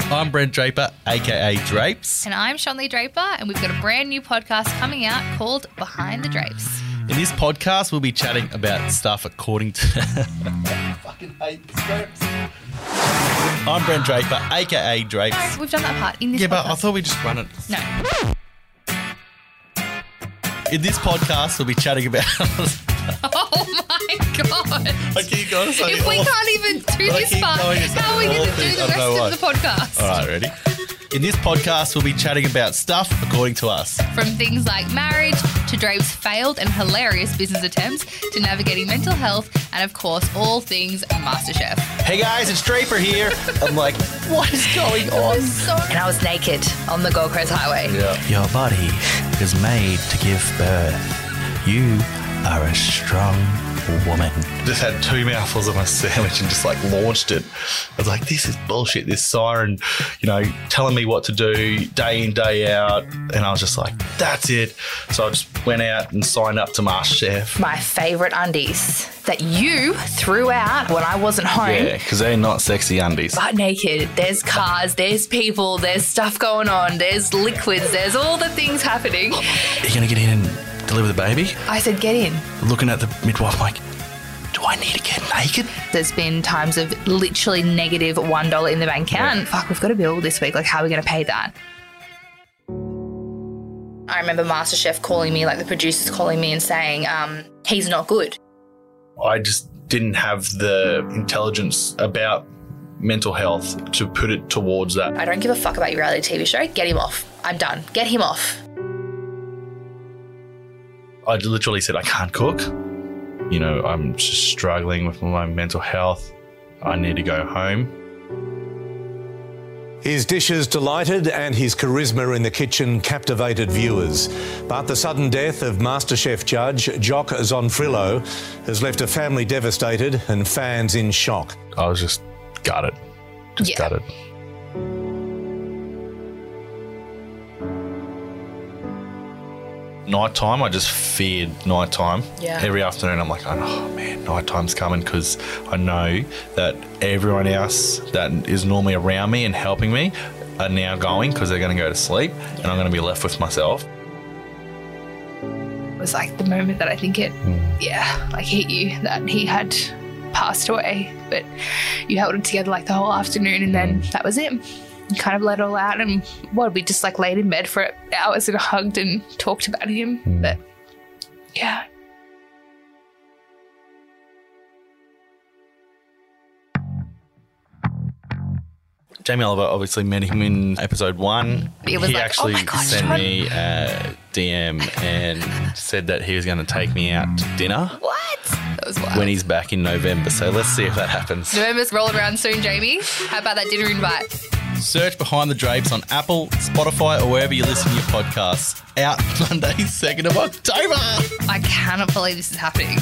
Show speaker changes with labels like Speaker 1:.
Speaker 1: I'm Brent Draper, aka Drapes.
Speaker 2: And I'm Shonley Draper, and we've got a brand new podcast coming out called Behind the Drapes.
Speaker 1: In this podcast, we'll be chatting about stuff according to. I fucking hate scripts. I'm Brent Draper, aka Drapes.
Speaker 2: No, we've done that part in this
Speaker 1: Yeah, but I
Speaker 2: podcast.
Speaker 1: thought we'd just run it.
Speaker 2: No.
Speaker 1: In this podcast, we'll be chatting about.
Speaker 2: Oh my God.
Speaker 1: I keep going. so
Speaker 2: If we
Speaker 1: awful.
Speaker 2: can't even do
Speaker 1: I
Speaker 2: this
Speaker 1: keep
Speaker 2: part,
Speaker 1: going, it's
Speaker 2: how are we going to
Speaker 1: awful.
Speaker 2: do
Speaker 1: I
Speaker 2: the
Speaker 1: don't know
Speaker 2: rest of the podcast?
Speaker 1: All right, ready? In this podcast, we'll be chatting about stuff according to us.
Speaker 2: From things like marriage to Drape's failed and hilarious business attempts to navigating mental health and, of course, all things MasterChef.
Speaker 1: Hey guys, it's Draper here. I'm like, what is going on?
Speaker 2: So
Speaker 3: And I was naked on the Gold Coast Highway.
Speaker 1: Your body is made to give birth. You are a strong woman. Just had two mouthfuls of my sandwich and just like launched it. I was like, this is bullshit. This siren, you know, telling me what to do day in, day out. And I was just like, that's it. So I just went out and signed up to MasterChef.
Speaker 3: My favourite undies that you threw out when I wasn't home.
Speaker 1: Yeah, because they're not sexy undies.
Speaker 3: Butt Uh, naked, there's cars, there's people, there's stuff going on, there's liquids, there's all the things happening.
Speaker 1: Are you going to get in and deliver the baby?
Speaker 3: I said, get in.
Speaker 1: Looking at the midwife like, do I need to get naked?
Speaker 3: There's been times of literally negative $1 in the bank account. Fuck, we've got a bill this week. Like, how are we going to pay that? I remember MasterChef calling me, like the producers calling me and saying, um, he's not good.
Speaker 1: I just didn't have the intelligence about mental health to put it towards that.
Speaker 3: I don't give a fuck about your reality TV show. Get him off. I'm done. Get him off.
Speaker 1: I literally said, I can't cook. You know, I'm just struggling with my mental health. I need to go home.
Speaker 4: His dishes delighted and his charisma in the kitchen captivated viewers. But the sudden death of MasterChef judge Jock Zonfrillo has left a family devastated and fans in shock.
Speaker 1: I was just gutted. Just
Speaker 3: Yeah.
Speaker 1: gutted. Nighttime, I just feared nighttime.
Speaker 3: Yeah.
Speaker 1: Every afternoon, I'm like, oh man, nighttime's coming because I know that everyone else that is normally around me and helping me are now going because they're going to go to sleep and I'm going to be left with myself.
Speaker 2: It was like the moment that I think it, yeah, like hit you that he had passed away. But you held it together like the whole afternoon, and then that was it. You kind of let it all out, and what we just like laid in bed for hours and hugged and talked about him. But yeah,
Speaker 1: Jamie Oliver obviously met him in episode one.
Speaker 2: It was
Speaker 1: he
Speaker 2: like,
Speaker 1: actually
Speaker 2: "Oh my God,
Speaker 1: sent
Speaker 2: John."
Speaker 1: me a DM and said that he was going to take me out to dinner
Speaker 2: what? That was wild.
Speaker 1: when he's back in November. So let's see if that happens.
Speaker 2: November's rolling around soon, Jamie. How about that dinner invite?
Speaker 1: Search Behind the Drapes on Apple, Spotify, or wherever you listen to your podcasts. Out Monday, 2nd of October.
Speaker 2: I cannot believe this is happening.